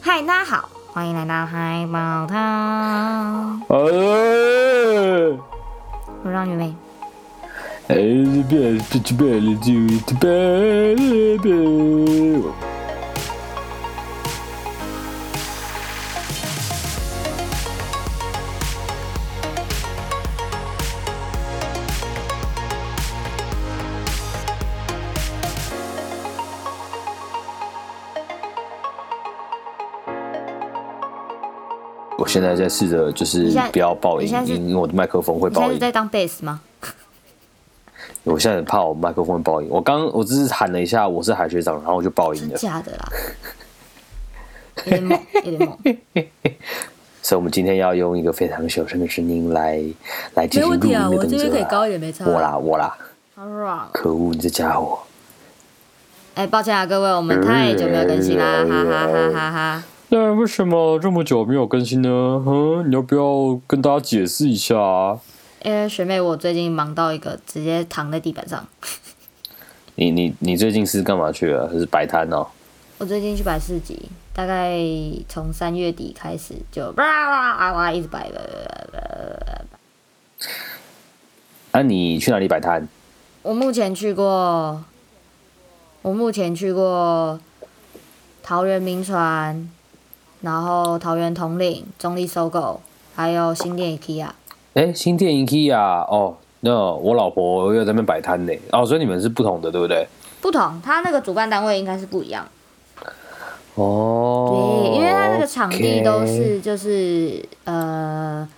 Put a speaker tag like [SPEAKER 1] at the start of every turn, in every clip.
[SPEAKER 1] 嗨，大家好，欢迎来到嗨宝汤，
[SPEAKER 2] 哎
[SPEAKER 1] 我让你妹。
[SPEAKER 2] 哎，别别去别了，就去别了别。我现在在试着，就是
[SPEAKER 1] 你现在
[SPEAKER 2] 不要爆
[SPEAKER 1] 你
[SPEAKER 2] 音
[SPEAKER 1] 现在，是
[SPEAKER 2] 因为我的麦克风会
[SPEAKER 1] 你现
[SPEAKER 2] 爆
[SPEAKER 1] 在
[SPEAKER 2] 音
[SPEAKER 1] 是。在当 bass 吗？
[SPEAKER 2] 我现在很怕我麦克风会爆音。我刚我只是喊了一下我是海学长，然后我就爆音
[SPEAKER 1] 真
[SPEAKER 2] 了。
[SPEAKER 1] 假的啦，有点猛，有点 猛，没
[SPEAKER 2] 所以，我们今天要用一个非常小声的声音来来进行录
[SPEAKER 1] 啊
[SPEAKER 2] 音的动作、
[SPEAKER 1] 一点，没差啊
[SPEAKER 2] 我啦，我啦，
[SPEAKER 1] 好爽。
[SPEAKER 2] 可恶，你这家伙！
[SPEAKER 1] 哎，抱歉啊，各位，我们太久没有更新啦，哈哈哈哈哈。
[SPEAKER 2] 那为什么这么久没有更新呢？嗯，你要不要跟大家解释一下、啊？
[SPEAKER 1] 因为学妹我最近忙到一个直接躺在地板上，
[SPEAKER 2] 你你你最近是干嘛去了？是摆摊哦？
[SPEAKER 1] 我最近去摆市集，大概从三月底开始就哇哇哇哇一直摆，
[SPEAKER 2] 啊，你去哪里摆摊？
[SPEAKER 1] 我目前去过，我目前去过桃园名船，然后桃园统领、中立搜狗，还有新店 IKEA。
[SPEAKER 2] 哎，新店 IKEA 哦，那我老婆又在那边摆摊呢。哦，所以你们是不同的，对不对？
[SPEAKER 1] 不同，它那个主办单位应该是不一样。
[SPEAKER 2] 哦，
[SPEAKER 1] 对，因为它那个场地
[SPEAKER 2] OK
[SPEAKER 1] 都是就是呃，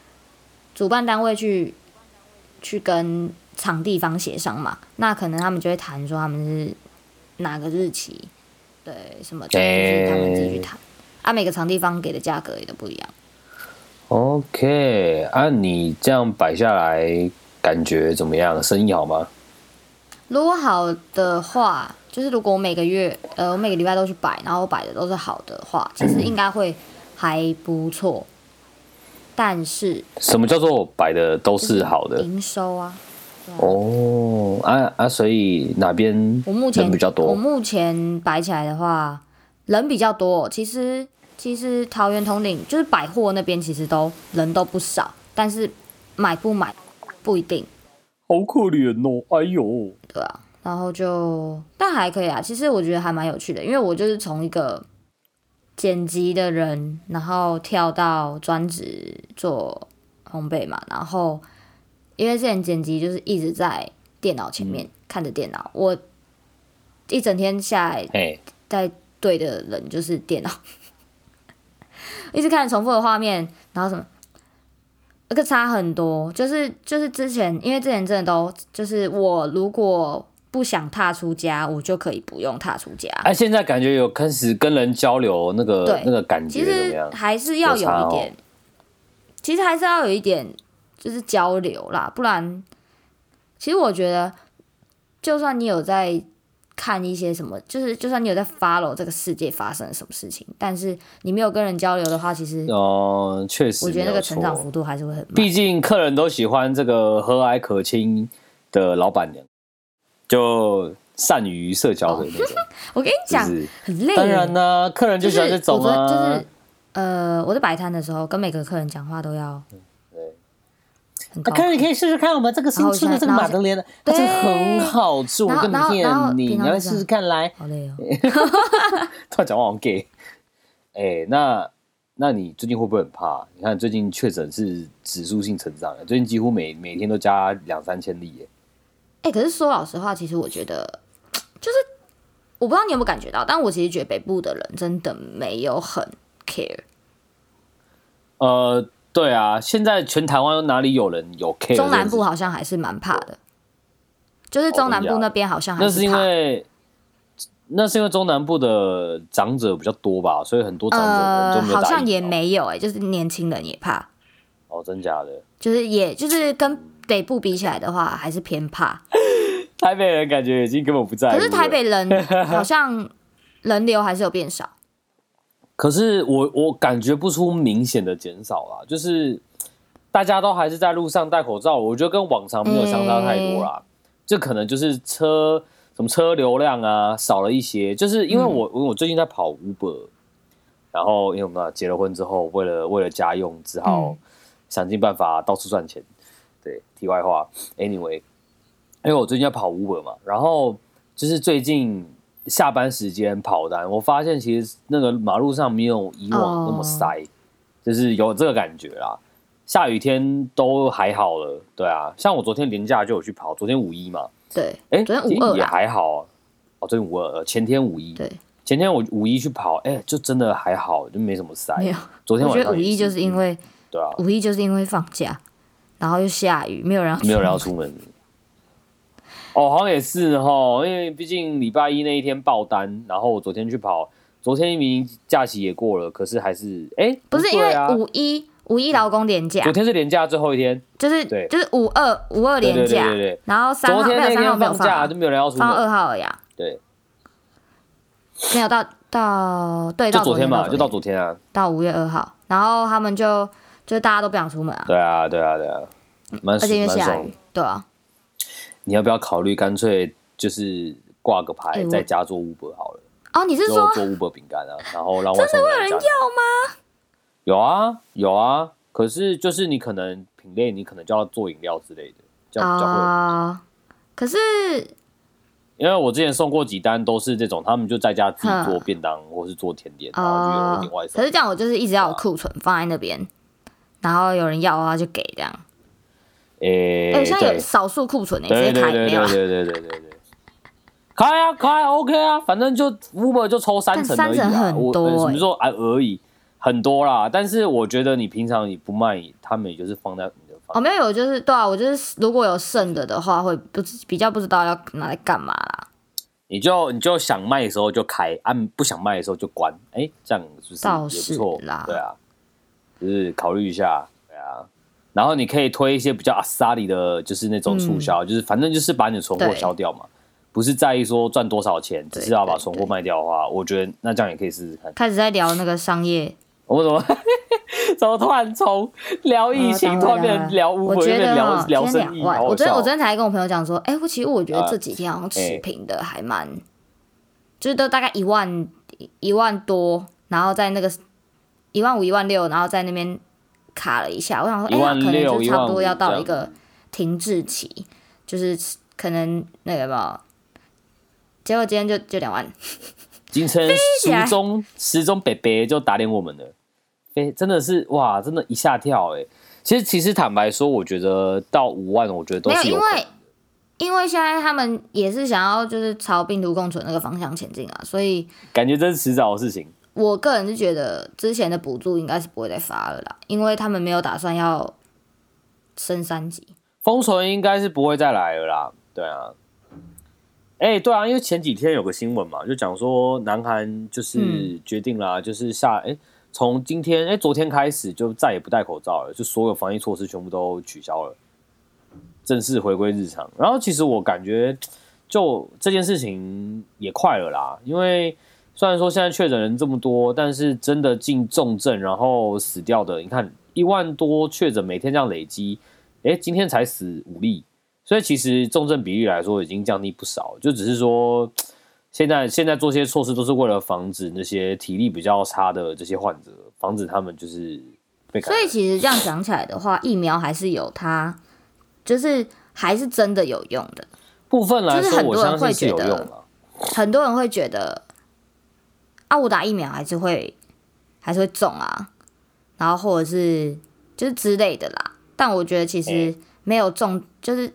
[SPEAKER 1] 主办单位去去跟场地方协商嘛，那可能他们就会谈说他们是哪个日期，对什么的，就是他们自己去谈。啊，每个场地方给的价格也都不一样。
[SPEAKER 2] OK，啊，你这样摆下来感觉怎么样？生意好吗？
[SPEAKER 1] 如果好的话，就是如果我每个月，呃，我每个礼拜都去摆，然后我摆的都是好的话，其实应该会还不错。但是
[SPEAKER 2] 什么叫做摆的都是好的？
[SPEAKER 1] 营收啊，
[SPEAKER 2] 哦，啊啊，所以哪边
[SPEAKER 1] 我目前
[SPEAKER 2] 人比较
[SPEAKER 1] 我
[SPEAKER 2] 多？
[SPEAKER 1] 目前摆起来的话，人比较多。其实其实桃园统领就是百货那边，其实都人都不少，但是买不买不一定，
[SPEAKER 2] 好可怜哦，哎呦，
[SPEAKER 1] 对啊。然后就但还可以啊，其实我觉得还蛮有趣的，因为我就是从一个剪辑的人，然后跳到专职做烘焙嘛，然后因为之前剪辑就是一直在电脑前
[SPEAKER 2] 嗯
[SPEAKER 1] 面、看着电脑，我一整天下来
[SPEAKER 2] 哎，
[SPEAKER 1] 在对的人就是电脑， 一直看重复的画面，然后什么，那个差很多。就是就是之前，因为之前真的都就是我如果不想踏出家，我就可以不用踏出家。
[SPEAKER 2] 哎、现在感觉有开始跟人交流，那个
[SPEAKER 1] 对
[SPEAKER 2] 那个感
[SPEAKER 1] 其
[SPEAKER 2] 觉怎么
[SPEAKER 1] 实
[SPEAKER 2] 样？哦
[SPEAKER 1] 还是要有一点，其实还是要有一点就是交流啦，不然，其实我觉得，就算你有在看一些什么，就是就算你有在 follow 这个世界发生了什么事情，但是你没有跟人交流的话，其实
[SPEAKER 2] 哦，确实，
[SPEAKER 1] 我觉得那个成长幅，度还是会很慢。
[SPEAKER 2] 毕竟客人都喜欢这个和蔼可亲的老板娘，就善于社交的那种，
[SPEAKER 1] 我跟你讲
[SPEAKER 2] 就，是
[SPEAKER 1] 很累耶。
[SPEAKER 2] 当然啦、客人就喜欢这
[SPEAKER 1] 我
[SPEAKER 2] 种啊，
[SPEAKER 1] 昨就是呃，我在摆摊的时候，跟每个客人讲话都要
[SPEAKER 2] 嗯对
[SPEAKER 1] 很
[SPEAKER 2] 啊
[SPEAKER 1] 高
[SPEAKER 2] 客人可以试试看我们这个新出的这个马德莲的，它
[SPEAKER 1] 然后现在
[SPEAKER 2] 这个很好吃，我
[SPEAKER 1] 然后
[SPEAKER 2] 根本
[SPEAKER 1] 然后然后
[SPEAKER 2] 骗你，
[SPEAKER 1] 平
[SPEAKER 2] 你
[SPEAKER 1] 常
[SPEAKER 2] 要
[SPEAKER 1] 是
[SPEAKER 2] 试试看来。
[SPEAKER 1] 好累哦。
[SPEAKER 2] 突然讲话好像 gay。哎、那那你最近会不会很怕？你看最近确诊是指数性成长，最近几乎每每天都加两三千例耶。
[SPEAKER 1] 哎、可是说老实话，其实我觉得，就是我不知道你有没有感觉到，但我其实觉得北部的人真的没有很 care，
[SPEAKER 2] 呃，对啊，现在全台湾哪里有人有 K？
[SPEAKER 1] 中南部好像还是蛮怕的，就是中南部那边好像还
[SPEAKER 2] 哦那是
[SPEAKER 1] 是
[SPEAKER 2] 因
[SPEAKER 1] 怕。
[SPEAKER 2] 为。那是因为中南部的长者比较多吧，所以很多长者可能
[SPEAKER 1] 呃，
[SPEAKER 2] 就没有
[SPEAKER 1] 好
[SPEAKER 2] 打疫苗
[SPEAKER 1] 像也没有哎、就是年轻人也怕，
[SPEAKER 2] 哦，真假的？
[SPEAKER 1] 就是也就是跟北部比起来的话，还是偏怕。
[SPEAKER 2] 台北人感觉已经根本不在乎
[SPEAKER 1] 可
[SPEAKER 2] 了。
[SPEAKER 1] 是台北人 好像人流还是有变少，
[SPEAKER 2] 可是我我感觉不出明显的减少啦，就是大家都还是在路上戴口罩，我觉得跟往常没有相差太多啦。这、可能就是车什么车流量啊少了一些，就是因为我、我最近在跑 Uber，然后因为我们啊结了婚之后，为了为了家用，只好想尽办法到处赚钱。对，题外话，anyway，因为我最近要跑 Uber 嘛，然后就是最近下班时间跑单，我发现其实那个马路上没有以往那
[SPEAKER 1] 哦
[SPEAKER 2] 么塞，就是有这个感觉啦。下雨天都还好了，对啊，像我昨天连假就有去跑，昨天五一嘛，
[SPEAKER 1] 对，
[SPEAKER 2] 哎，
[SPEAKER 1] 昨天
[SPEAKER 2] 其实
[SPEAKER 1] 五二
[SPEAKER 2] 也
[SPEAKER 1] 啦，
[SPEAKER 2] 还好、啊，哦，昨天五二，呃前天五一，
[SPEAKER 1] 对，
[SPEAKER 2] 前天我五一去跑，哎、就真的还好，就没什么塞。
[SPEAKER 1] 没有。
[SPEAKER 2] 昨天
[SPEAKER 1] 我
[SPEAKER 2] 晚
[SPEAKER 1] 觉
[SPEAKER 2] 上
[SPEAKER 1] 得五一
[SPEAKER 2] 也
[SPEAKER 1] 就是因为
[SPEAKER 2] 对啊，
[SPEAKER 1] 五一就是因为放假，然后又下雨，没有人要
[SPEAKER 2] 没有人
[SPEAKER 1] 出
[SPEAKER 2] 要出门。哦，好像也是哦，因为毕竟礼拜一那一天爆单，然后我昨天去跑，昨天明明假期也过了，可是还是哎、
[SPEAKER 1] 不是因
[SPEAKER 2] 对
[SPEAKER 1] 为
[SPEAKER 2] 啊，
[SPEAKER 1] 五一五一劳工年假
[SPEAKER 2] 昨，天是连假最后一天，
[SPEAKER 1] 就是
[SPEAKER 2] 对
[SPEAKER 1] 就是五二五二
[SPEAKER 2] 对
[SPEAKER 1] 连
[SPEAKER 2] 对对
[SPEAKER 1] 假
[SPEAKER 2] 对，对，
[SPEAKER 1] 然后三
[SPEAKER 2] 昨
[SPEAKER 1] 号没有三
[SPEAKER 2] 天那
[SPEAKER 1] 号
[SPEAKER 2] 天
[SPEAKER 1] 没有
[SPEAKER 2] 放
[SPEAKER 1] 放
[SPEAKER 2] 假
[SPEAKER 1] 啊，
[SPEAKER 2] 就没有人要出
[SPEAKER 1] 放到
[SPEAKER 2] 门，
[SPEAKER 1] 二号而已啊，
[SPEAKER 2] 对，
[SPEAKER 1] 没有到到对
[SPEAKER 2] 就
[SPEAKER 1] 到
[SPEAKER 2] 昨
[SPEAKER 1] 天
[SPEAKER 2] 嘛，就
[SPEAKER 1] 昨
[SPEAKER 2] 到昨天啊，
[SPEAKER 1] 到五月二号，然后他们就就大家都不想出门啊，
[SPEAKER 2] 对啊对啊对啊，蛮
[SPEAKER 1] 而且因为
[SPEAKER 2] 蛮
[SPEAKER 1] 下
[SPEAKER 2] 爽
[SPEAKER 1] 雨。，对啊，
[SPEAKER 2] 你要不要考虑干脆就是挂个牌
[SPEAKER 1] 哎，我
[SPEAKER 2] 在家做 Uber 好了？
[SPEAKER 1] 哦，你是
[SPEAKER 2] 做
[SPEAKER 1] 说
[SPEAKER 2] 做乌 b 饼干啊，然后让外送人
[SPEAKER 1] 真的会有人
[SPEAKER 2] 要吗？有啊，有啊。可是就是你可能品类，你可能就要做饮料之类的，这样比较会有。
[SPEAKER 1] 啊？可是
[SPEAKER 2] 因为我之前送过几单都是这种，他们就在家自己做
[SPEAKER 1] 哼
[SPEAKER 2] 便当或是做甜点，然后就有人
[SPEAKER 1] 哦
[SPEAKER 2] 点外，啊
[SPEAKER 1] 可
[SPEAKER 2] 送
[SPEAKER 1] 是。这样我就是一直要有库存放在那边，然后有人要的话就给这样。
[SPEAKER 2] 诶，
[SPEAKER 1] 哎，我现在有
[SPEAKER 2] 对
[SPEAKER 1] 少数库存呢，直
[SPEAKER 2] 对对
[SPEAKER 1] 接
[SPEAKER 2] 对
[SPEAKER 1] 开
[SPEAKER 2] 对
[SPEAKER 1] 没有啊？
[SPEAKER 2] 对对对对对对。开啊开啊，OK 啊，反正就 Uber 就抽三成
[SPEAKER 1] 但
[SPEAKER 2] 而已啊，
[SPEAKER 1] 三成很
[SPEAKER 2] 我
[SPEAKER 1] 多
[SPEAKER 2] 呃什
[SPEAKER 1] 欸
[SPEAKER 2] 么时候啊而已，很多啦。但是我觉得你平常你不卖，他们也就是放在你的房
[SPEAKER 1] 哦，没有，有就是对啊，我就是如果有剩的的话，会不知比较不知道要拿来干嘛啦。
[SPEAKER 2] 你就你就想卖的时候就开，按、不想卖的时候就关，哎、这样是不是
[SPEAKER 1] 倒
[SPEAKER 2] 也
[SPEAKER 1] 是
[SPEAKER 2] 不错？
[SPEAKER 1] 啦
[SPEAKER 2] 对啊，就是考虑一下，对啊。然后你可以推一些比较阿萨里的，就是那种促销，就是反正就是把你的存
[SPEAKER 1] 嗯
[SPEAKER 2] 货
[SPEAKER 1] 对
[SPEAKER 2] 消掉嘛，不是在意说赚多少钱，只
[SPEAKER 1] 对
[SPEAKER 2] 是要把
[SPEAKER 1] 对
[SPEAKER 2] 存货
[SPEAKER 1] 对
[SPEAKER 2] 卖掉的话，我觉得那这样也可以试试看。
[SPEAKER 1] 开始在聊那个商 业，
[SPEAKER 2] 我们怎么怎么突然从聊疫情，
[SPEAKER 1] 呃
[SPEAKER 2] 突
[SPEAKER 1] 当然
[SPEAKER 2] 然变
[SPEAKER 1] 啦
[SPEAKER 2] 成聊乌
[SPEAKER 1] 我
[SPEAKER 2] 龟，
[SPEAKER 1] 觉
[SPEAKER 2] 变
[SPEAKER 1] 得
[SPEAKER 2] 成聊
[SPEAKER 1] 哦，今
[SPEAKER 2] 聊
[SPEAKER 1] 天
[SPEAKER 2] 生
[SPEAKER 1] 两
[SPEAKER 2] 意，
[SPEAKER 1] 万，
[SPEAKER 2] 好
[SPEAKER 1] 我
[SPEAKER 2] 好
[SPEAKER 1] 昨天
[SPEAKER 2] 笑
[SPEAKER 1] 我
[SPEAKER 2] 哦。
[SPEAKER 1] 昨天才跟我朋友讲说，哎，我其实我觉得
[SPEAKER 2] 啊
[SPEAKER 1] 这几天好像
[SPEAKER 2] 哎
[SPEAKER 1] 持平的还蛮，就是都大概一万一万多，然后在那个一万五一万六，然后在那边卡了一下，我想说，哎，那可能
[SPEAKER 2] 16,000
[SPEAKER 1] 就差不多要
[SPEAKER 2] 这
[SPEAKER 1] 到
[SPEAKER 2] 样
[SPEAKER 1] 一个停滞期，就是可能那个吧，结果今天就就两万。
[SPEAKER 2] 今天
[SPEAKER 1] 起来
[SPEAKER 2] 时钟时钟北北就打脸我们了，飞真的是哇，真的一下跳哎、其实其实坦白说，我觉得到五万，我觉得都
[SPEAKER 1] 没有，
[SPEAKER 2] 是
[SPEAKER 1] 因
[SPEAKER 2] 有可能
[SPEAKER 1] 为因为现在他们也是想要就是朝病毒共存那个方向前进啊，所以
[SPEAKER 2] 感觉这是迟早的事情。
[SPEAKER 1] 我个人是觉得之前的补助应该是不会再发了啦，因为他们没有打算要升三级。
[SPEAKER 2] 封存应该是不会再来了啦，对啊。哎、对啊，因为前几天有个新闻嘛，就讲说南韩就是
[SPEAKER 1] 嗯
[SPEAKER 2] 决定啦，就是下哎，从、今天哎、昨天开始就再也不戴口罩了，就所有防疫措施全部都取消了，正式回归日常。然后其实我感觉就这件事情也快了啦，因为虽然说现在确诊人这么多，但是真的进重症然后死掉的，你看一万多确诊每天这样累积，诶，今天才死五例，所以其实重症比例来说已经降低不少，就只是说现在现在做些措施都是为了防止那些体力比较差的这些患者，防止他们就是被感
[SPEAKER 1] 所以
[SPEAKER 2] 染。
[SPEAKER 1] 其实这样讲起来的话，疫苗还是有它，就是还是真的有用的。
[SPEAKER 2] 部分来
[SPEAKER 1] 就是
[SPEAKER 2] 说，
[SPEAKER 1] 很
[SPEAKER 2] 我
[SPEAKER 1] 多人
[SPEAKER 2] 相信
[SPEAKER 1] 会
[SPEAKER 2] 是
[SPEAKER 1] 觉
[SPEAKER 2] 有
[SPEAKER 1] 得
[SPEAKER 2] 用了。
[SPEAKER 1] 很多人会觉得，啊，我打疫苗还是会还是会中啊，然后或者是就是之类的啦。但我觉得其实
[SPEAKER 2] 嗯
[SPEAKER 1] 没有中，就是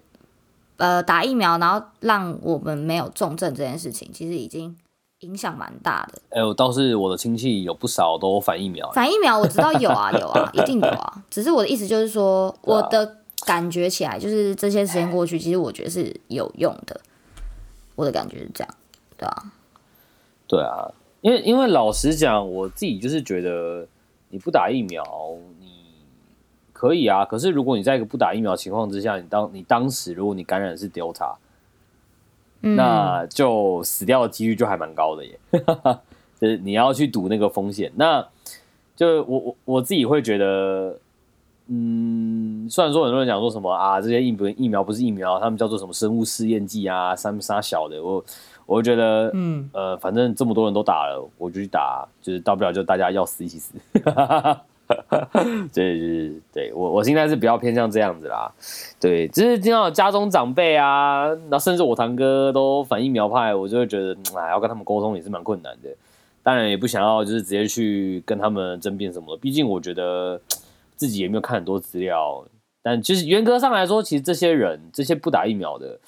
[SPEAKER 1] 呃打疫苗，然后让我们没有重症这件事情，其实已经影响蛮大的。
[SPEAKER 2] 哎、我倒是我的亲戚有不少都反疫苗，
[SPEAKER 1] 反疫苗我知道有啊有啊，一定有啊。只是我的意思就是说，
[SPEAKER 2] 对啊
[SPEAKER 1] 我的感觉起来就是这些时间过去，其实我觉得是有用的。我的感觉是这样，对啊。
[SPEAKER 2] 对啊，因为因为老实讲，我自己就是觉得你不打疫苗，你可以啊。可是如果你在一个不打疫苗的情况之下，你当你当时如果你感染是 Delta，、
[SPEAKER 1] 嗯
[SPEAKER 2] 那就死掉的几率就还蛮高的耶。 就是你要去赌那个风险，那就我我我自己会觉得嗯，虽然说很多人讲说什么啊，这些疫苗疫苗不是疫苗，啊他们叫做什么生物试验剂啊，三三小的，我我就觉得，
[SPEAKER 1] 嗯，
[SPEAKER 2] 呃，反正这么多人都打了，我就去打，就是大不了就大家要死一起死。 对，就是对我我现在是比较偏向这样子啦。对，只是听到家中长辈啊，然后甚至我堂哥都反疫苗派，我就会觉得，嗯哎，要跟他们沟通也是蛮困难的。当然也不想要就是直接去跟他们争辩什么的，毕竟我觉得嗯自己也没有看很多资料。但其实严格上来说，其实这些人这些不打疫苗的，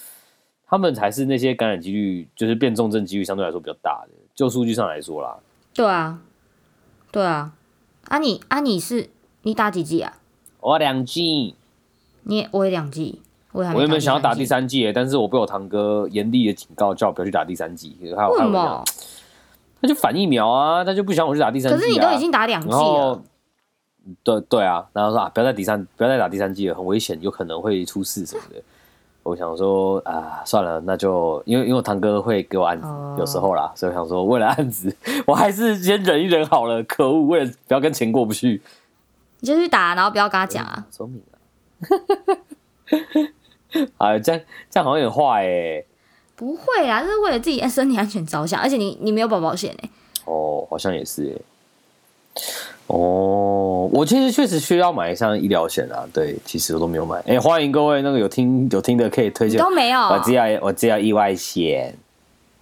[SPEAKER 2] 他们才是那些感染几率就是变重症几率相对来说比较大的。就数据上来说啦，
[SPEAKER 1] 对啊，对啊，啊你啊你是你打几剂啊？
[SPEAKER 2] 我哦两剂，
[SPEAKER 1] 你也我也两剂，我也还没
[SPEAKER 2] 我原本想要打
[SPEAKER 1] 第
[SPEAKER 2] 第
[SPEAKER 1] 三
[SPEAKER 2] 三剂耶，但是我被我堂哥严厉的警告，叫我不要去打第三剂。还有
[SPEAKER 1] 剂，为
[SPEAKER 2] 还
[SPEAKER 1] 什
[SPEAKER 2] 有讲
[SPEAKER 1] 么？
[SPEAKER 2] 他就反疫苗啊，他就不想我去打第三剂、啊。
[SPEAKER 1] 可是你都已经打两剂
[SPEAKER 2] 然后
[SPEAKER 1] 了，，
[SPEAKER 2] 对对啊，然后说啊，不要再第三，不要再打第三季了，很危险，有可能会出事什么的。我想说啊，算了，那就因为因为我堂哥会给我案子，
[SPEAKER 1] 哦
[SPEAKER 2] 有时候啦，所以我想说，为了案子， 我还是先忍一忍好了。可恶，为了不要跟钱过不去，
[SPEAKER 1] 你就去打，然后不要跟他讲啊。
[SPEAKER 2] 聪明啊！ 啊，这样这样好像有点坏哎、
[SPEAKER 1] 不会啊，这是为了自己身体安全着想，而且你你没有保保险哎、
[SPEAKER 2] 哦，好像也是耶。哦，我其实确实需要买一项医疗险啊。对，其实我都没有买。哎、欢迎各位那个有听有听的可以推
[SPEAKER 1] 你
[SPEAKER 2] 荐。
[SPEAKER 1] 都没有，
[SPEAKER 2] 我只要我只要意外险，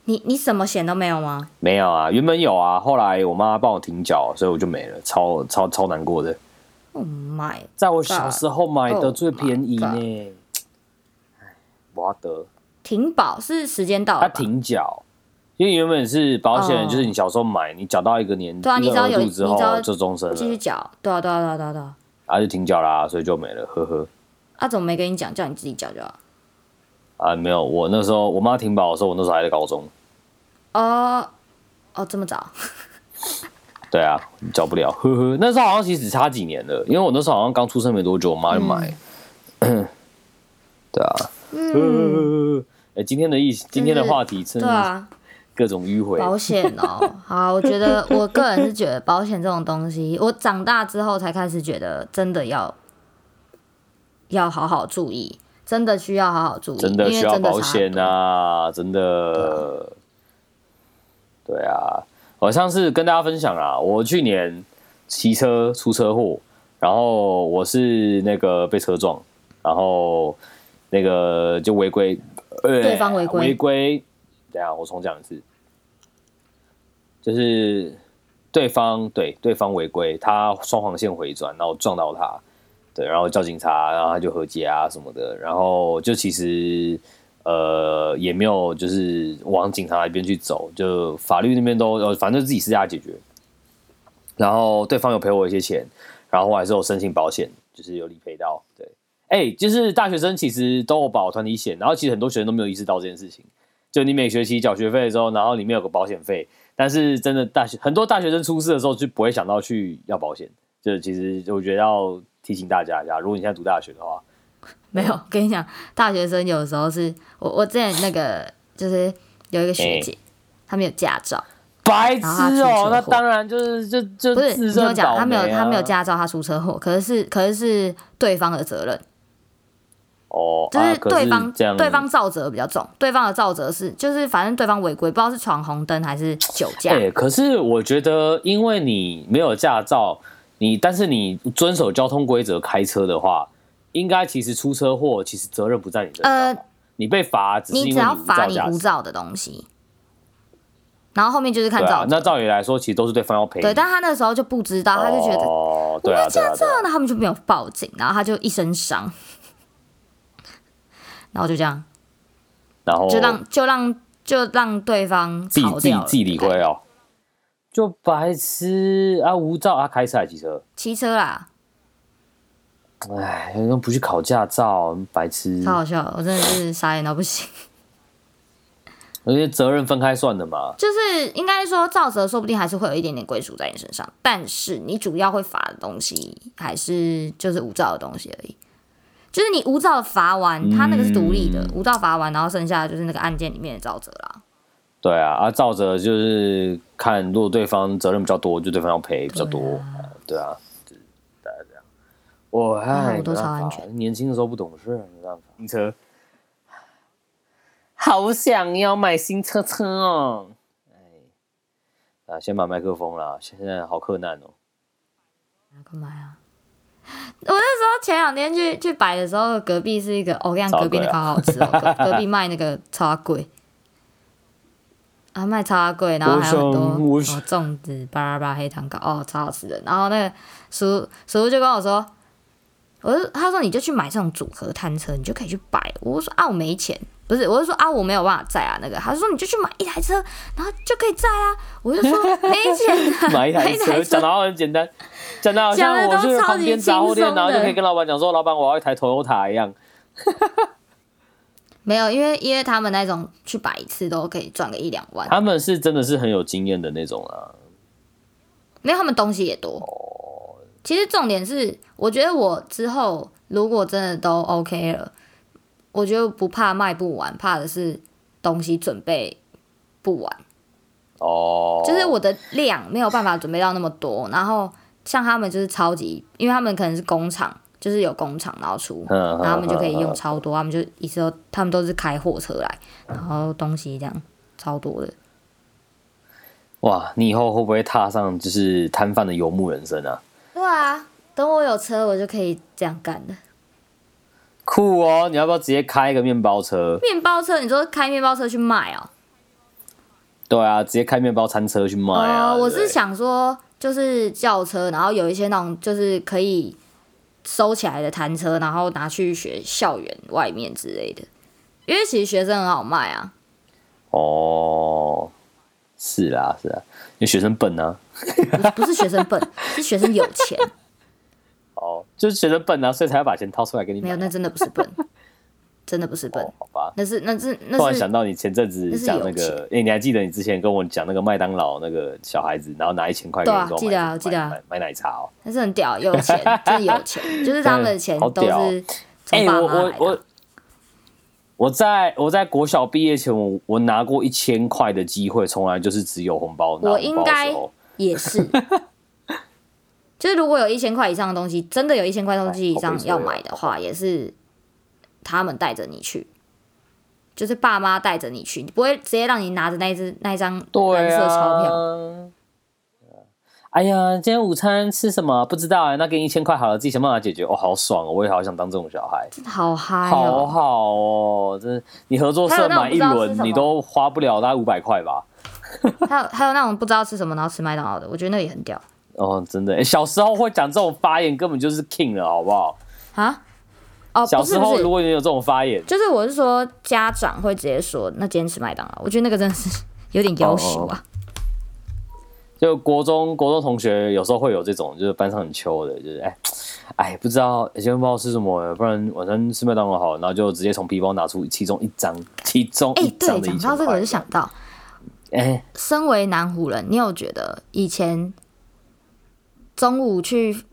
[SPEAKER 1] 你你什么险都没有吗？
[SPEAKER 2] 没有啊，原本有啊，后来我妈帮我停缴，所以我就没了，超超超难过的。
[SPEAKER 1] 我妈呀，
[SPEAKER 2] 在我小时候买的
[SPEAKER 1] Oh
[SPEAKER 2] 最便宜
[SPEAKER 1] my
[SPEAKER 2] 呢，我得
[SPEAKER 1] 停保是时间到
[SPEAKER 2] 它
[SPEAKER 1] 了吧，
[SPEAKER 2] 停缴。因为原本是保险
[SPEAKER 1] 哦
[SPEAKER 2] 就是你小时候买，你缴到一个年
[SPEAKER 1] 对啊
[SPEAKER 2] 一
[SPEAKER 1] 你
[SPEAKER 2] 个
[SPEAKER 1] 只要
[SPEAKER 2] 额
[SPEAKER 1] 有
[SPEAKER 2] 度之
[SPEAKER 1] 你只
[SPEAKER 2] 后
[SPEAKER 1] 要
[SPEAKER 2] 就终身了，
[SPEAKER 1] 继续缴，对啊对啊对啊对啊对啊，
[SPEAKER 2] 啊就停缴啦，所以就没了，呵呵。
[SPEAKER 1] 啊怎么没跟你讲，叫你自己缴就好。
[SPEAKER 2] 啊，没有，我那时候我妈停保的时候，我那时候还在高中。
[SPEAKER 1] 哦哦这么早，
[SPEAKER 2] 对啊，缴不了，呵呵。那时候好像其实只差几年了，因为我那时候好像刚出生没多久，我妈就买。 对啊，呵呵
[SPEAKER 1] 嗯，
[SPEAKER 2] 呵呵。哎，今天的意今天的话题真
[SPEAKER 1] 对
[SPEAKER 2] 的
[SPEAKER 1] 啊，
[SPEAKER 2] 各种迂回。
[SPEAKER 1] 保险哦，好，我觉得我个人是觉得保险这种东西，我长大之后才开始觉得真的要要好好注意，真的需要好好注意，
[SPEAKER 2] 真的
[SPEAKER 1] 因为
[SPEAKER 2] 需要
[SPEAKER 1] 真的
[SPEAKER 2] 保
[SPEAKER 1] 差很
[SPEAKER 2] 险
[SPEAKER 1] 多
[SPEAKER 2] 啊！真的，对啊，我上次跟大家分享啊，我去年骑车出车祸，然后我是那个被车撞，然后那个就违规，呃
[SPEAKER 1] 对方违规
[SPEAKER 2] 违规。等一下我重讲一次，就是对方对对方违规，他双黄线回转，然后撞到他，对，然后叫警察，然后他就和解啊什么的，然后就其实呃也没有就是往警察那边去走，就法律那边都呃反正自己私下解决。然后对方有赔我一些钱，然后我还是有申请保险，就是有理赔到。对，哎，就是大学生其实都有保团体险，然后其实很多学生都没有意识到这件事情。就你每学期缴学费的时候，然后里面有个保险费，但是真的大学很多大学生出事的时候就不会想到去要保险。这其实我觉得要提醒大家一下，如果你现在读大学的话，
[SPEAKER 1] 没有，跟你讲，大学生有时候是我我之前那个就是有一个
[SPEAKER 2] 哎
[SPEAKER 1] 学姐，她没有驾照，
[SPEAKER 2] 白
[SPEAKER 1] 然啊后他出
[SPEAKER 2] 痴
[SPEAKER 1] 车
[SPEAKER 2] 哦
[SPEAKER 1] 祸，
[SPEAKER 2] 那当然就是就就
[SPEAKER 1] 不是
[SPEAKER 2] 自
[SPEAKER 1] 你听我
[SPEAKER 2] 认
[SPEAKER 1] 讲，
[SPEAKER 2] 倒
[SPEAKER 1] 她没
[SPEAKER 2] 霉
[SPEAKER 1] 有她没有
[SPEAKER 2] 啊。
[SPEAKER 1] 驾照，她出车祸，可是是可是是对方的责任，
[SPEAKER 2] 哦，
[SPEAKER 1] 就
[SPEAKER 2] 啊
[SPEAKER 1] 是
[SPEAKER 2] 可
[SPEAKER 1] 对方、
[SPEAKER 2] 这样
[SPEAKER 1] 对方造责比较重，对方的造责是就是反正对方违规，不知道是闯红灯还是酒驾，
[SPEAKER 2] 哎、可是我觉得，因为你没有驾照，你但是你遵守交通规则开车的话，应该其实出车祸，其实责任不在你身上。
[SPEAKER 1] 呃，
[SPEAKER 2] 你被罚只是
[SPEAKER 1] 你
[SPEAKER 2] 因
[SPEAKER 1] 只
[SPEAKER 2] 为
[SPEAKER 1] 要
[SPEAKER 2] 无
[SPEAKER 1] 罚
[SPEAKER 2] 照
[SPEAKER 1] 你
[SPEAKER 2] 驾
[SPEAKER 1] 无
[SPEAKER 2] 驶。
[SPEAKER 1] 照的东西，然后后面就是看
[SPEAKER 2] 对
[SPEAKER 1] 照
[SPEAKER 2] 啊，
[SPEAKER 1] 的、
[SPEAKER 2] 那照理来说，其实都是对方要赔你。
[SPEAKER 1] 对，但她那时候就不知道，她就觉得、
[SPEAKER 2] 哦，对啊，对啊，对啊
[SPEAKER 1] 那他们就没有报警，然后他就一身伤，然后就这样，
[SPEAKER 2] 然后
[SPEAKER 1] 就让就让就让对方
[SPEAKER 2] 哦自己
[SPEAKER 1] 吵
[SPEAKER 2] 自己
[SPEAKER 1] 掉了
[SPEAKER 2] 自己理亏哦，就白痴啊，无照啊，开车还骑车，
[SPEAKER 1] 骑车啦，
[SPEAKER 2] 哎，又不去考驾照，白痴。
[SPEAKER 1] 超好笑的，我真的是傻眼到不行。
[SPEAKER 2] 而且责任分开算的嘛，
[SPEAKER 1] 就是应该说，照责说不定还是会有一点点归属在你身上，但是你主要会罚的东西还是就是无照的东西而已。就是你无照罚完，他那个是独立的，无照罚完，然后剩下的就是那个案件里面的照责啦。
[SPEAKER 2] 对啊，啊，照着就是看，
[SPEAKER 1] 啊
[SPEAKER 2] 如果对方责任比较多，就对方要赔比较多，
[SPEAKER 1] 对
[SPEAKER 2] 呃对啊，就是大概这样。我
[SPEAKER 1] 还好
[SPEAKER 2] 哎，
[SPEAKER 1] 我都
[SPEAKER 2] 没办
[SPEAKER 1] 超
[SPEAKER 2] 法
[SPEAKER 1] 安全
[SPEAKER 2] 年轻的时候不懂事，没办法。新车，好想要买新车车哦。哎，啊，先把麦克风啦，现在好困难哦。
[SPEAKER 1] 干嘛呀？我那时候前两天去去摆的时候，隔壁是一个，哦我跟你
[SPEAKER 2] 超
[SPEAKER 1] 讲，隔
[SPEAKER 2] 贵啊
[SPEAKER 1] 壁那个好好吃 哦，隔隔壁卖那个超贵，啊卖超贵，然后还有很多
[SPEAKER 2] 我
[SPEAKER 1] 什
[SPEAKER 2] 想
[SPEAKER 1] 么粽子、巴拉巴拉黑糖糕，哦超好吃的。然后那个叔叔就跟我说，我就他说你就去买这种组合摊车，你就可以去摆。我就说啊我没钱，不是，我就说啊我没有办法载啊那个，他就说你就去买一台车，然后就可以载啊。我就 说没钱啊，
[SPEAKER 2] 买 一台车，讲的好像很简单，讲的好
[SPEAKER 1] 讲
[SPEAKER 2] 像
[SPEAKER 1] 得
[SPEAKER 2] 我
[SPEAKER 1] 都
[SPEAKER 2] 去
[SPEAKER 1] 超
[SPEAKER 2] 旁
[SPEAKER 1] 级
[SPEAKER 2] 边杂货
[SPEAKER 1] 轻
[SPEAKER 2] 店，
[SPEAKER 1] 松
[SPEAKER 2] 然后就
[SPEAKER 1] 的
[SPEAKER 2] 可以跟老板讲说，老板我要一台 Toyota 一样。
[SPEAKER 1] 没有，因为因为他们那种去摆一次都可以赚个一两万，
[SPEAKER 2] 他们是真的是很有经验的那种啊。
[SPEAKER 1] 没有他们东西也多。其实重点是，我觉得我之后如果真的都 OK 了，我就不怕卖不完，怕的是东西准备不完，
[SPEAKER 2] 哦，
[SPEAKER 1] 就是我的量没有办法准备到那么多。然后像他们就是超级，因为他们可能是工厂，就是有工厂然后出，
[SPEAKER 2] 嗯，
[SPEAKER 1] 然
[SPEAKER 2] 然
[SPEAKER 1] 后他们就可以用超多，他们就一次都他们都是开货车来，然后东西这样超多的。
[SPEAKER 2] 哇，你以后会不会踏上就是摊贩的游牧人生啊？
[SPEAKER 1] 对啊，等我有车，我就可以这样干了。
[SPEAKER 2] 酷哦！你要不要直接开一个面包车？
[SPEAKER 1] 面包车，你说开面包车去卖哦、
[SPEAKER 2] 对啊，直接开面包餐车去卖啊！
[SPEAKER 1] 呃，我
[SPEAKER 2] 对不对
[SPEAKER 1] 是想说，就是轿车，然后有一些那种就是可以收起来的摊车，然后拿去学校园外面之类的。因为其实学生很好卖啊，
[SPEAKER 2] 哦，是啦是啦，因为学生笨啊，
[SPEAKER 1] 不是不是学生 笨，是学生有钱。
[SPEAKER 2] 哦，就是学生笨啊，所以才要把钱掏出来给你
[SPEAKER 1] 没
[SPEAKER 2] 买
[SPEAKER 1] 有，那真的不是笨，真的不是笨
[SPEAKER 2] 哦，，好吧。
[SPEAKER 1] 那是那是
[SPEAKER 2] 突
[SPEAKER 1] 那
[SPEAKER 2] 然
[SPEAKER 1] 是
[SPEAKER 2] 想到你前阵子
[SPEAKER 1] 那是
[SPEAKER 2] 讲
[SPEAKER 1] 有
[SPEAKER 2] 那个，哎、你还记得你之前跟我讲那个麦当劳那个小孩子，然后拿一千块给
[SPEAKER 1] 对
[SPEAKER 2] 你
[SPEAKER 1] 啊
[SPEAKER 2] 说
[SPEAKER 1] 记得啊
[SPEAKER 2] 买
[SPEAKER 1] 记得啊
[SPEAKER 2] 买买奶茶哦。
[SPEAKER 1] 那是很屌，有钱就是有钱，就是他们的钱
[SPEAKER 2] 好
[SPEAKER 1] 都
[SPEAKER 2] 屌
[SPEAKER 1] 是从
[SPEAKER 2] 哎、
[SPEAKER 1] 爸
[SPEAKER 2] 我
[SPEAKER 1] 妈
[SPEAKER 2] 我
[SPEAKER 1] 来的啊
[SPEAKER 2] 我。我在我在国小毕业前，我我拿过一千块的机会，从来就是只有红包拿
[SPEAKER 1] 我
[SPEAKER 2] 红包的时
[SPEAKER 1] 应该
[SPEAKER 2] 候。
[SPEAKER 1] 也是， 就是如果有一千块以上的东西，真的有一千块东西以
[SPEAKER 2] 哎好
[SPEAKER 1] 上
[SPEAKER 2] 悲催哦
[SPEAKER 1] 要买的话，也是他们带着你去，就是爸妈带着你去，你不会直接让你拿着那一只那一张蓝
[SPEAKER 2] 对
[SPEAKER 1] 色
[SPEAKER 2] 啊，
[SPEAKER 1] 钞票。
[SPEAKER 2] 哎呀，今天午餐吃什么？不知道啊、那给你一千块好了，自己想办法解决。哦，好爽哦！我也好想当这种小孩，
[SPEAKER 1] 真的好嗨
[SPEAKER 2] 好
[SPEAKER 1] 哦！
[SPEAKER 2] 好哦！真的，你合作社买
[SPEAKER 1] 还有那种不
[SPEAKER 2] 一
[SPEAKER 1] 知道吃
[SPEAKER 2] 轮
[SPEAKER 1] 什，么
[SPEAKER 2] 你都花不了大概五百块吧？
[SPEAKER 1] 还有还有那种不知道吃什么，然后吃麦当劳的，我觉得那也很屌
[SPEAKER 2] 哦，真的，哎小时候会讲这种发言，根本就是 king 了，好不好？
[SPEAKER 1] 啊！哦，
[SPEAKER 2] 小
[SPEAKER 1] 不是
[SPEAKER 2] 时
[SPEAKER 1] 不
[SPEAKER 2] 候如
[SPEAKER 1] 是，
[SPEAKER 2] 果你有这种发言，
[SPEAKER 1] 就是我是说家长会直接说，那今天吃麦当劳，我觉得那个真的是有点要求啊。
[SPEAKER 2] 就国中国中同学有时候会有这种，就是班上很秋的，就是哎哎不知道今天不知道吃什么，不然晚上吃麦当劳好了，然后就直接从皮包拿出其中一张，其中
[SPEAKER 1] 哎、
[SPEAKER 2] 一
[SPEAKER 1] 对，
[SPEAKER 2] 张的
[SPEAKER 1] 讲
[SPEAKER 2] 一
[SPEAKER 1] 到这
[SPEAKER 2] 千
[SPEAKER 1] 个我
[SPEAKER 2] 块
[SPEAKER 1] 就，想到，
[SPEAKER 2] 哎
[SPEAKER 1] 身为南湖人，你有觉得以前中午去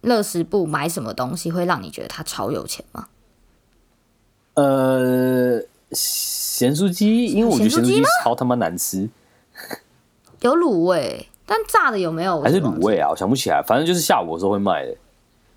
[SPEAKER 1] 乐食部买什么东西会让你觉得他超有钱吗？
[SPEAKER 2] 呃咸酥鸡，因为我觉得咸酥鸡超他妈难吃，
[SPEAKER 1] 有卤味，但炸的有没有？
[SPEAKER 2] 还是
[SPEAKER 1] 我忘
[SPEAKER 2] 卤
[SPEAKER 1] 记了？
[SPEAKER 2] 味啊，我想不起来，反正就是下午的时候会卖的。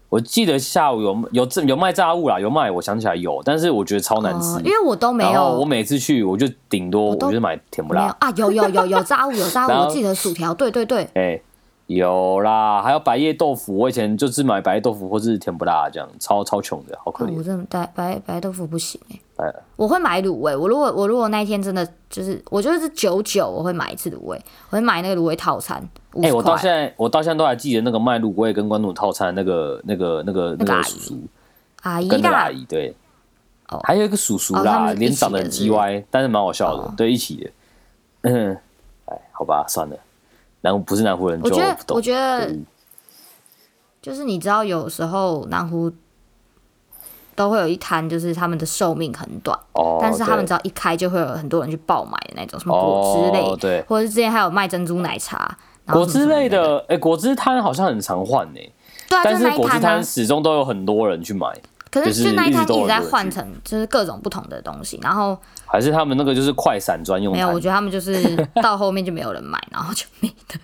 [SPEAKER 2] 我记得下午有有有卖炸物啦，有卖，我想起来有，但是我觉得超难吃。
[SPEAKER 1] 哦，因为我都没
[SPEAKER 2] 然后我
[SPEAKER 1] 有，
[SPEAKER 2] 每次去，我就顶多
[SPEAKER 1] 我
[SPEAKER 2] 我
[SPEAKER 1] 都
[SPEAKER 2] 就是买甜不
[SPEAKER 1] 没有
[SPEAKER 2] 辣，
[SPEAKER 1] 啊，有有有有炸物，有炸 物，
[SPEAKER 2] 然后
[SPEAKER 1] 我记得薯条，对对对，
[SPEAKER 2] 哎、有啦，还有百叶豆腐，我以前就是买百叶豆腐或是甜不辣这样，超超穷的，好可
[SPEAKER 1] 哦
[SPEAKER 2] 怜
[SPEAKER 1] 我。真的白白白豆腐不行哎、
[SPEAKER 2] 哎
[SPEAKER 1] 我会买卤味，我如果我如果那一天真的就是我就是九九，我会买一次卤味，我会买那个卤味套餐五
[SPEAKER 2] 哎、
[SPEAKER 1] 十
[SPEAKER 2] 我到
[SPEAKER 1] 块，
[SPEAKER 2] 现在我到现在都还记得那个卖卤味跟关卤套餐那个那个那个
[SPEAKER 1] 那
[SPEAKER 2] 那
[SPEAKER 1] 个阿
[SPEAKER 2] 个
[SPEAKER 1] 姨
[SPEAKER 2] 叔叔
[SPEAKER 1] 阿姨
[SPEAKER 2] 跟那个阿
[SPEAKER 1] 啦，
[SPEAKER 2] 姨对，
[SPEAKER 1] 哦
[SPEAKER 2] 还有一个叔叔
[SPEAKER 1] 哦他们
[SPEAKER 2] 啦，
[SPEAKER 1] 是一
[SPEAKER 2] 脸
[SPEAKER 1] 起
[SPEAKER 2] 长得
[SPEAKER 1] 的
[SPEAKER 2] 很
[SPEAKER 1] 是
[SPEAKER 2] 鸡
[SPEAKER 1] 不是
[SPEAKER 2] 歪，但是蛮好笑的，
[SPEAKER 1] 哦
[SPEAKER 2] 对，一起的。嗯，哎，好吧，算了，南不是南湖人
[SPEAKER 1] 我
[SPEAKER 2] 就
[SPEAKER 1] 觉得
[SPEAKER 2] 不
[SPEAKER 1] 我
[SPEAKER 2] 懂。嗯
[SPEAKER 1] 觉得
[SPEAKER 2] 对
[SPEAKER 1] 就是你知道，有时候南湖都会有一摊，就是他们的寿命很短，
[SPEAKER 2] 哦，
[SPEAKER 1] 但是他们
[SPEAKER 2] 对
[SPEAKER 1] 只要一开，就会有很多人去爆买的那种，什么果汁类，
[SPEAKER 2] 哦对
[SPEAKER 1] 或者是之前还有卖珍珠奶茶，然后
[SPEAKER 2] 果汁类
[SPEAKER 1] 什么什么
[SPEAKER 2] 的，哎、果汁摊好像很常换呢、
[SPEAKER 1] 对啊，就
[SPEAKER 2] 但是
[SPEAKER 1] 那一
[SPEAKER 2] 果汁
[SPEAKER 1] 摊啊
[SPEAKER 2] 摊。始终都有很多人去买，
[SPEAKER 1] 可
[SPEAKER 2] 就是是
[SPEAKER 1] 就那一
[SPEAKER 2] 一直
[SPEAKER 1] 摊
[SPEAKER 2] 都
[SPEAKER 1] 一
[SPEAKER 2] 有
[SPEAKER 1] 直
[SPEAKER 2] 很
[SPEAKER 1] 在
[SPEAKER 2] 多人
[SPEAKER 1] 换
[SPEAKER 2] 去
[SPEAKER 1] 成就是各种不同的东西，然后
[SPEAKER 2] 还是他们那个就是快闪专用
[SPEAKER 1] 没有，
[SPEAKER 2] 摊
[SPEAKER 1] 我觉得他们就是到后面就没有人买，然后就没的。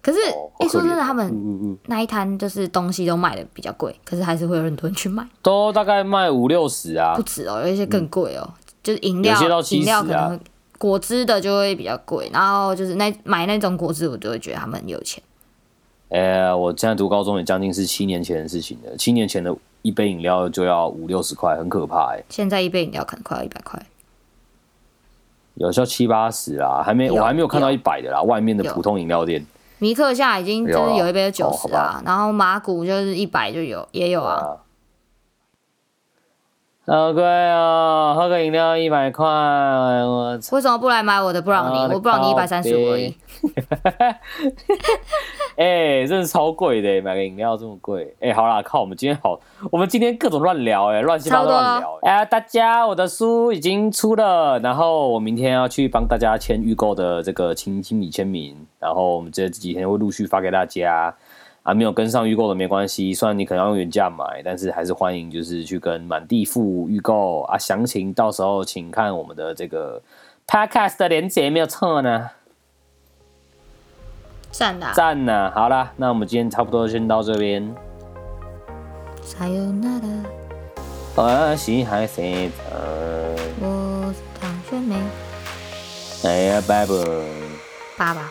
[SPEAKER 1] 可是，
[SPEAKER 2] 哦
[SPEAKER 1] 哎、
[SPEAKER 2] 好可
[SPEAKER 1] 说真的，
[SPEAKER 2] 怜
[SPEAKER 1] 他们
[SPEAKER 2] 嗯嗯嗯，
[SPEAKER 1] 那一摊就是东西都卖的比较贵，可是还是会有很多人去买，
[SPEAKER 2] 都大概卖五六十啊
[SPEAKER 1] 不，止哦，有一些更贵哦，就是饮料
[SPEAKER 2] 有些到，70
[SPEAKER 1] 饮料可
[SPEAKER 2] 啊
[SPEAKER 1] 能会果汁的就会比较贵，然后就是那买那种果汁，我就会觉得他们很有钱。
[SPEAKER 2] 呃，我现在读高中也将近是七年前的事情了，七年前的一杯饮料就要五六十块，很可怕哎、
[SPEAKER 1] 现在一杯饮料可能快要一百块，
[SPEAKER 2] 有效七八十啦，还没
[SPEAKER 1] 有
[SPEAKER 2] 我还没有看到
[SPEAKER 1] 有
[SPEAKER 2] 一百的啦，外面的
[SPEAKER 1] 有
[SPEAKER 2] 普通饮料店
[SPEAKER 1] 米克夏已经就
[SPEAKER 2] 有
[SPEAKER 1] 是
[SPEAKER 2] 啊
[SPEAKER 1] 有一杯九
[SPEAKER 2] 哦好
[SPEAKER 1] 十
[SPEAKER 2] 吧
[SPEAKER 1] 啊，然后马古就是一百就有也有啊，
[SPEAKER 2] 啊，好贵哦，喝个饮料一百块，我操！
[SPEAKER 1] 为什么不来买我的布朗尼？
[SPEAKER 2] 啊
[SPEAKER 1] 我布朗尼一
[SPEAKER 2] 靠
[SPEAKER 1] 百三十五而已
[SPEAKER 2] 北。哎、真的超贵的，买个饮料这么贵。哎、好啦，靠，我们今天好，我们今天各种乱聊，哎，乱七八糟乱
[SPEAKER 1] 差
[SPEAKER 2] 聊。哎、大家，我的书已经出了，然后我明天要去帮大家签预购的这个亲亲笔签名，然后我们这几天会陆续发给大家。啊，没有跟上预购的没关系，虽然你可能要用原价买，但是还是欢迎就是去跟满地富预购啊。详情到时候请看我们的这个 podcast 的链接，没有错呢。
[SPEAKER 1] 赞啦！
[SPEAKER 2] 赞呐、好啦，那我们今天差不多先到这边。
[SPEAKER 1] 还有那个，
[SPEAKER 2] 我是海飞呃，
[SPEAKER 1] 我是唐雪梅，
[SPEAKER 2] 哎呀，拜拜。
[SPEAKER 1] 爸爸。